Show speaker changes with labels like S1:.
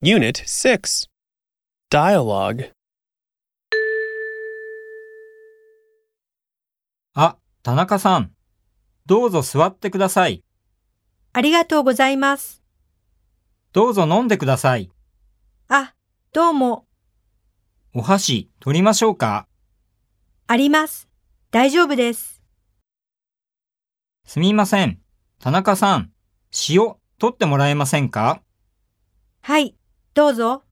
S1: Unit 6 Dialogue
S2: あ、田中さん。どうぞ座ってください。
S3: ありがとうございます。
S2: どうぞ飲んでください。
S3: あ、どうも、
S2: お箸取りましょうか。
S3: あります。大丈夫です。
S2: すみません。田中さん、塩取ってもらえませんか
S3: はい、どうぞ。